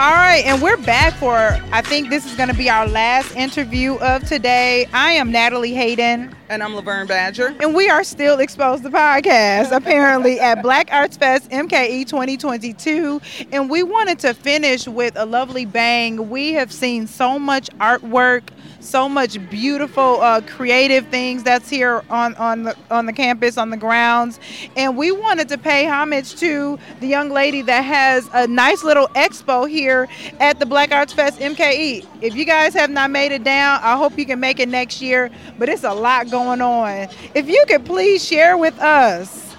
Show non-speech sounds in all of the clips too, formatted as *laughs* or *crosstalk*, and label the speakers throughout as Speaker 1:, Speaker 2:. Speaker 1: All right, and we're back for I think this is going to be our last interview of today. I am Natalie Hayden,
Speaker 2: And I'm Laverne Badger.
Speaker 1: and we are still exposed to podcast apparently at Black Arts Fest MKE 2022, and we wanted to finish with a lovely bang. We have seen so much artwork, so much beautiful uh, creative things that's here on on the on the campus on the grounds, and we wanted to pay homage to the young lady that has a nice little expo here at the Black Arts Fest MKE. If you guys have not made it down, I hope you can make it next year, but it's a lot going on. If you could please share with us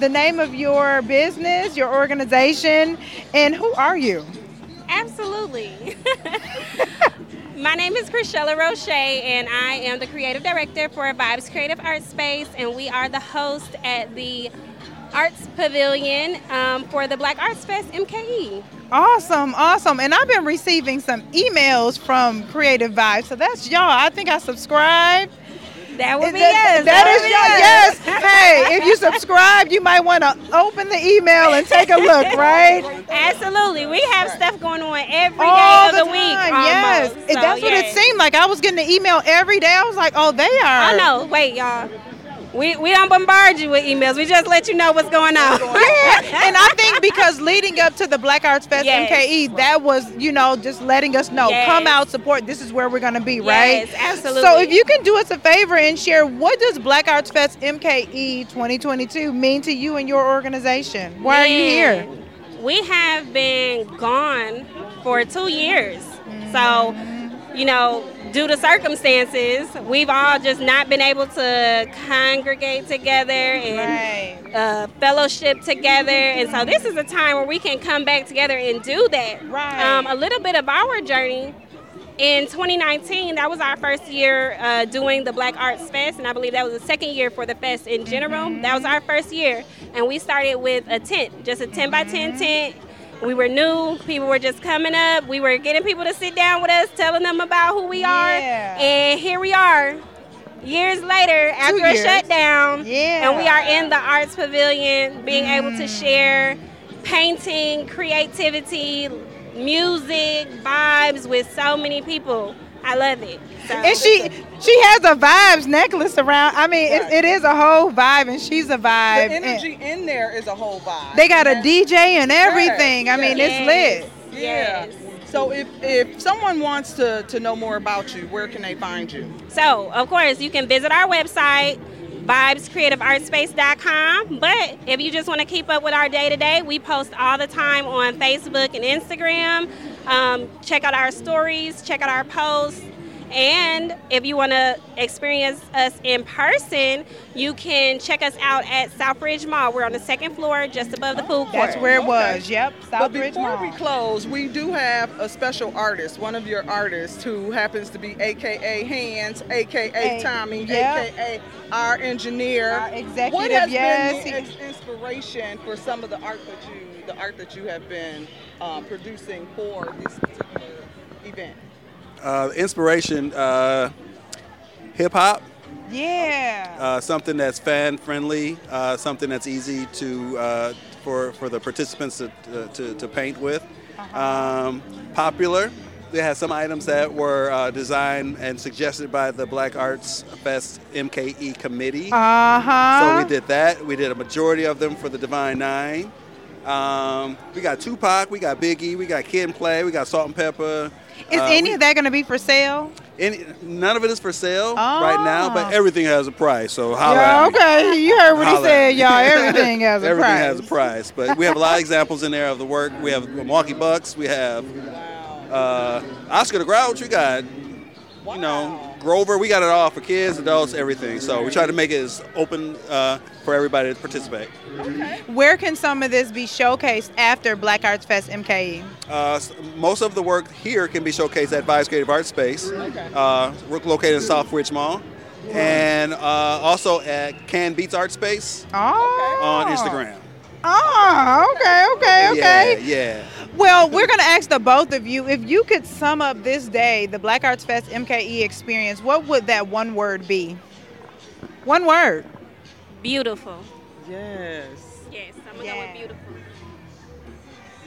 Speaker 1: the name of your business, your organization, and who are you?
Speaker 3: Absolutely. *laughs* My name is Chrisella Roche, and I am the creative director for Vibes Creative Arts Space, and we are the host at the Arts Pavilion um, for the Black Arts Fest E. MKE.
Speaker 1: Awesome, awesome. And I've been receiving some emails from Creative Vibes. So that's y'all. I think I subscribed.
Speaker 3: That would be
Speaker 1: That-
Speaker 3: yes.
Speaker 1: that is
Speaker 3: would *laughs*
Speaker 1: your yes. Hey, if you subscribe, you might want to open the email and take a
Speaker 3: *laughs*
Speaker 1: look, right?
Speaker 3: be yes. Absolutely. We have stuff going on every day
Speaker 1: All
Speaker 3: of
Speaker 1: the,
Speaker 3: the,
Speaker 1: time,
Speaker 3: week.
Speaker 1: yes.
Speaker 3: almost.
Speaker 1: It-
Speaker 3: So,
Speaker 1: that's what
Speaker 3: yes.
Speaker 1: it seemed like. I was getting an email every day. I was like, oh, they are.
Speaker 3: Oh no, wait, y'all. We, we don't bombard you with emails. We just let you know what's going
Speaker 1: *laughs*
Speaker 3: on.
Speaker 1: Yeah, and I
Speaker 3: *laughs*
Speaker 1: think because leading up to the Black Arts Fest
Speaker 3: Yes.
Speaker 1: MKE, that was, you know, just letting us know,
Speaker 3: Yes.
Speaker 1: come out, support. This is where we're going to be, right?
Speaker 3: Yes, absolutely.
Speaker 1: So if you can do us a favor and share, what does Black Arts Fest MKE 2022 mean to you and your organization? Why are you here?
Speaker 3: Man, We have been gone for two years. So, you know, due to circumstances, we've all just not been able to congregate together and uh, fellowship together. And so, this is a time where we can come back together and do that.
Speaker 1: Right.
Speaker 3: Um, a little bit of our journey. In 2019, that was our first year uh, doing the Black Arts Fest, and I believe that was the second year for the fest in general.
Speaker 1: Mm-hmm.
Speaker 3: That was our first year, and we started with a tent, just a 10 by 10 tent. We were new, people were just coming up, we were getting people to sit down with us, telling them about who we are,
Speaker 1: Yeah.
Speaker 3: and here we are. Years later, after
Speaker 1: years.
Speaker 3: a shutdown,
Speaker 1: Yeah.
Speaker 3: and we are in the arts pavilion, being able
Speaker 1: Mm.
Speaker 3: to share painting, creativity, music, vibes with so many people. I love it. So,
Speaker 1: And she she has a vibes necklace around. I mean, it, it is a whole vibe, and she's a
Speaker 2: The
Speaker 1: vibe. and
Speaker 2: energy in there is a whole vibe.
Speaker 1: They got a DJ and everything. I
Speaker 2: Yes.
Speaker 1: mean,
Speaker 3: Yes,
Speaker 1: it's lit.
Speaker 2: Yeah.
Speaker 3: Yes.
Speaker 2: So if, if someone wants to, to know more about you, where can they find you?
Speaker 3: So, of course, you can visit our website, vibescreativeartspace.com. But if you just want to keep up with our day to day, we post all the time on Facebook and Instagram. Um, check out our stories, check out our posts. And if you want to experience us in person, you can check us out at Southridge Mall. We're on the second floor, just above the food court.
Speaker 1: That's where it
Speaker 2: Okay.
Speaker 1: was. Yep.
Speaker 2: But
Speaker 1: Southbridge
Speaker 2: before we
Speaker 1: Mall.
Speaker 2: close, we do have a special artist, one of your artists who happens to be AKA Hands, AKA
Speaker 1: Hey,
Speaker 2: Tommy,
Speaker 1: yeah.
Speaker 2: AKA our engineer.
Speaker 1: Our executive,
Speaker 2: what has
Speaker 1: yes,
Speaker 2: been the
Speaker 1: he-
Speaker 2: ex- inspiration for some of the art that you, the art that you have been uh, producing for this particular event?
Speaker 4: Uh, inspiration, uh, hip hop,
Speaker 1: Yeah.
Speaker 4: uh, something that's fan friendly, uh, something that's easy to uh, for for the participants to to, to, to paint with.
Speaker 1: Uh-huh.
Speaker 4: Um, popular. They had some items that were uh, designed and suggested by the Black Arts Fest MKE committee.
Speaker 1: Uh huh.
Speaker 4: So we did that. We did a majority of them for the Divine Nine. Um, we got Tupac, we got Biggie, we got Kid and Play, we got Salt and Pepper.
Speaker 1: Is
Speaker 4: Uh,
Speaker 1: any
Speaker 4: we-
Speaker 1: of that going to be for sale?
Speaker 4: any, none of it is for sale right now,
Speaker 1: Ah.
Speaker 4: but everything has a price. So holla.
Speaker 1: Yeah,
Speaker 4: at me.
Speaker 1: okay. You heard what he
Speaker 4: Holla at
Speaker 1: said,
Speaker 4: me. *laughs*
Speaker 1: y'all. Everything has a
Speaker 4: everything
Speaker 1: price.
Speaker 4: has a price. But we have a lot of examples in there of the work. We have Milwaukee Bucks. We have uh, Oscar the Grouch. We got you know Grover. We got it all for kids, adults, everything. So we try to make it as open uh, for everybody to participate.
Speaker 1: Where can some of this be showcased after Black Arts Fest E? MKE?
Speaker 4: Uh, s- most of the work here can be showcased at Vice Creative Arts Space. Uh, we're located in Southridge Mall. And uh, also at Can Beats Art Space
Speaker 1: Oh.
Speaker 4: on Instagram.
Speaker 1: Oh, okay, okay, okay.
Speaker 4: Yeah, yeah.
Speaker 1: Well, we're going to ask the both of you if you could sum up this day, the Black Arts Fest MKE experience, what would that one word be? One word.
Speaker 3: Beautiful.
Speaker 2: Yes.
Speaker 3: Yes, I'm going to
Speaker 1: Yeah.
Speaker 3: go with beautiful.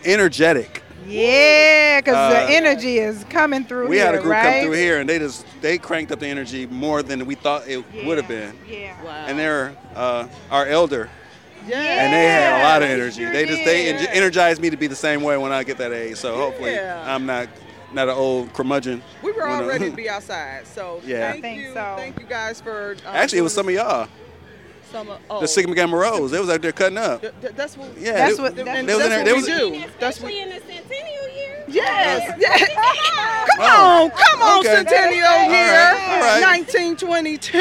Speaker 4: Energetic.
Speaker 1: Yeah, because
Speaker 4: Uh,
Speaker 1: the energy is coming through
Speaker 4: we
Speaker 1: here,
Speaker 4: had a group
Speaker 1: right?
Speaker 4: come through here and they just they cranked up the energy more than we thought it would have been.
Speaker 1: Yeah.
Speaker 2: Wow.
Speaker 4: And they're uh, our elder,
Speaker 2: yeah.
Speaker 4: and they had a lot of
Speaker 1: Yeah, they
Speaker 4: energy.
Speaker 1: sure
Speaker 4: they just they
Speaker 1: did.
Speaker 4: en- energized me to be the same way when I get that age. So hopefully
Speaker 2: Yeah.
Speaker 4: I'm not not an old curmudgeon.
Speaker 2: we were all
Speaker 4: when I- *laughs*
Speaker 2: ready to be outside. So
Speaker 4: Yeah. I
Speaker 2: thank
Speaker 1: think
Speaker 2: you,
Speaker 1: so.
Speaker 2: thank you guys for. um,
Speaker 4: Actually, it was some
Speaker 2: doing
Speaker 4: of y'all,
Speaker 2: this- Some of oh,
Speaker 4: the Sigma Gamma Rose. They was out there cutting up.
Speaker 2: th- th- that's what.
Speaker 4: Yeah,
Speaker 1: That's
Speaker 4: they-
Speaker 1: what-
Speaker 4: they
Speaker 1: that's-
Speaker 2: and
Speaker 4: was in
Speaker 2: that's
Speaker 4: there-
Speaker 2: what
Speaker 4: they
Speaker 2: we
Speaker 4: was-
Speaker 2: do. That's what.
Speaker 3: Especially in the centennial year.
Speaker 2: Yes. yes.
Speaker 1: *laughs* Come on, come on,
Speaker 2: on
Speaker 4: Okay.
Speaker 2: centennial year,
Speaker 4: All right, all right.
Speaker 2: 1922.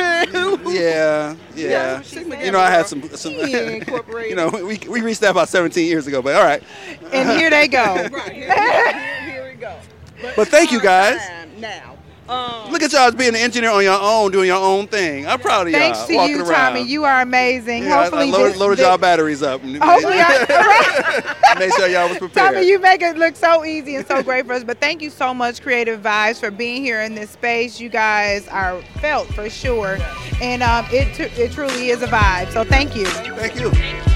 Speaker 4: Yeah, yeah.
Speaker 2: she said.
Speaker 4: You know, I had some. some
Speaker 2: He incorporated.
Speaker 4: *laughs* you know, we, we reached that about 17 years ago, but all right.
Speaker 1: and here they
Speaker 4: *laughs*
Speaker 1: go.
Speaker 2: Right here, here, here we go.
Speaker 4: But thank you,
Speaker 2: our
Speaker 4: guys.
Speaker 2: time Now, um,
Speaker 4: Look at y'all being an engineer on your own, doing your own thing. I'm proud of y'all.
Speaker 1: Thanks to
Speaker 4: walking
Speaker 1: you,
Speaker 4: around.
Speaker 1: Tommy. You are amazing.
Speaker 4: Yeah, I-
Speaker 1: Hopefully,
Speaker 4: I, loaded,
Speaker 1: this,
Speaker 4: loaded
Speaker 1: this-
Speaker 4: y'all batteries up. And
Speaker 1: Hopefully,
Speaker 4: *laughs*
Speaker 1: I,
Speaker 4: made sure y'all was
Speaker 1: *laughs*
Speaker 4: prepared.
Speaker 1: Tommy, you make it look so easy and so great for us. But thank you so much, Creative Vibes, for being here in this space. You guys are felt for sure, and um, it tru- it truly is a vibe. So thank you.
Speaker 4: Thank you.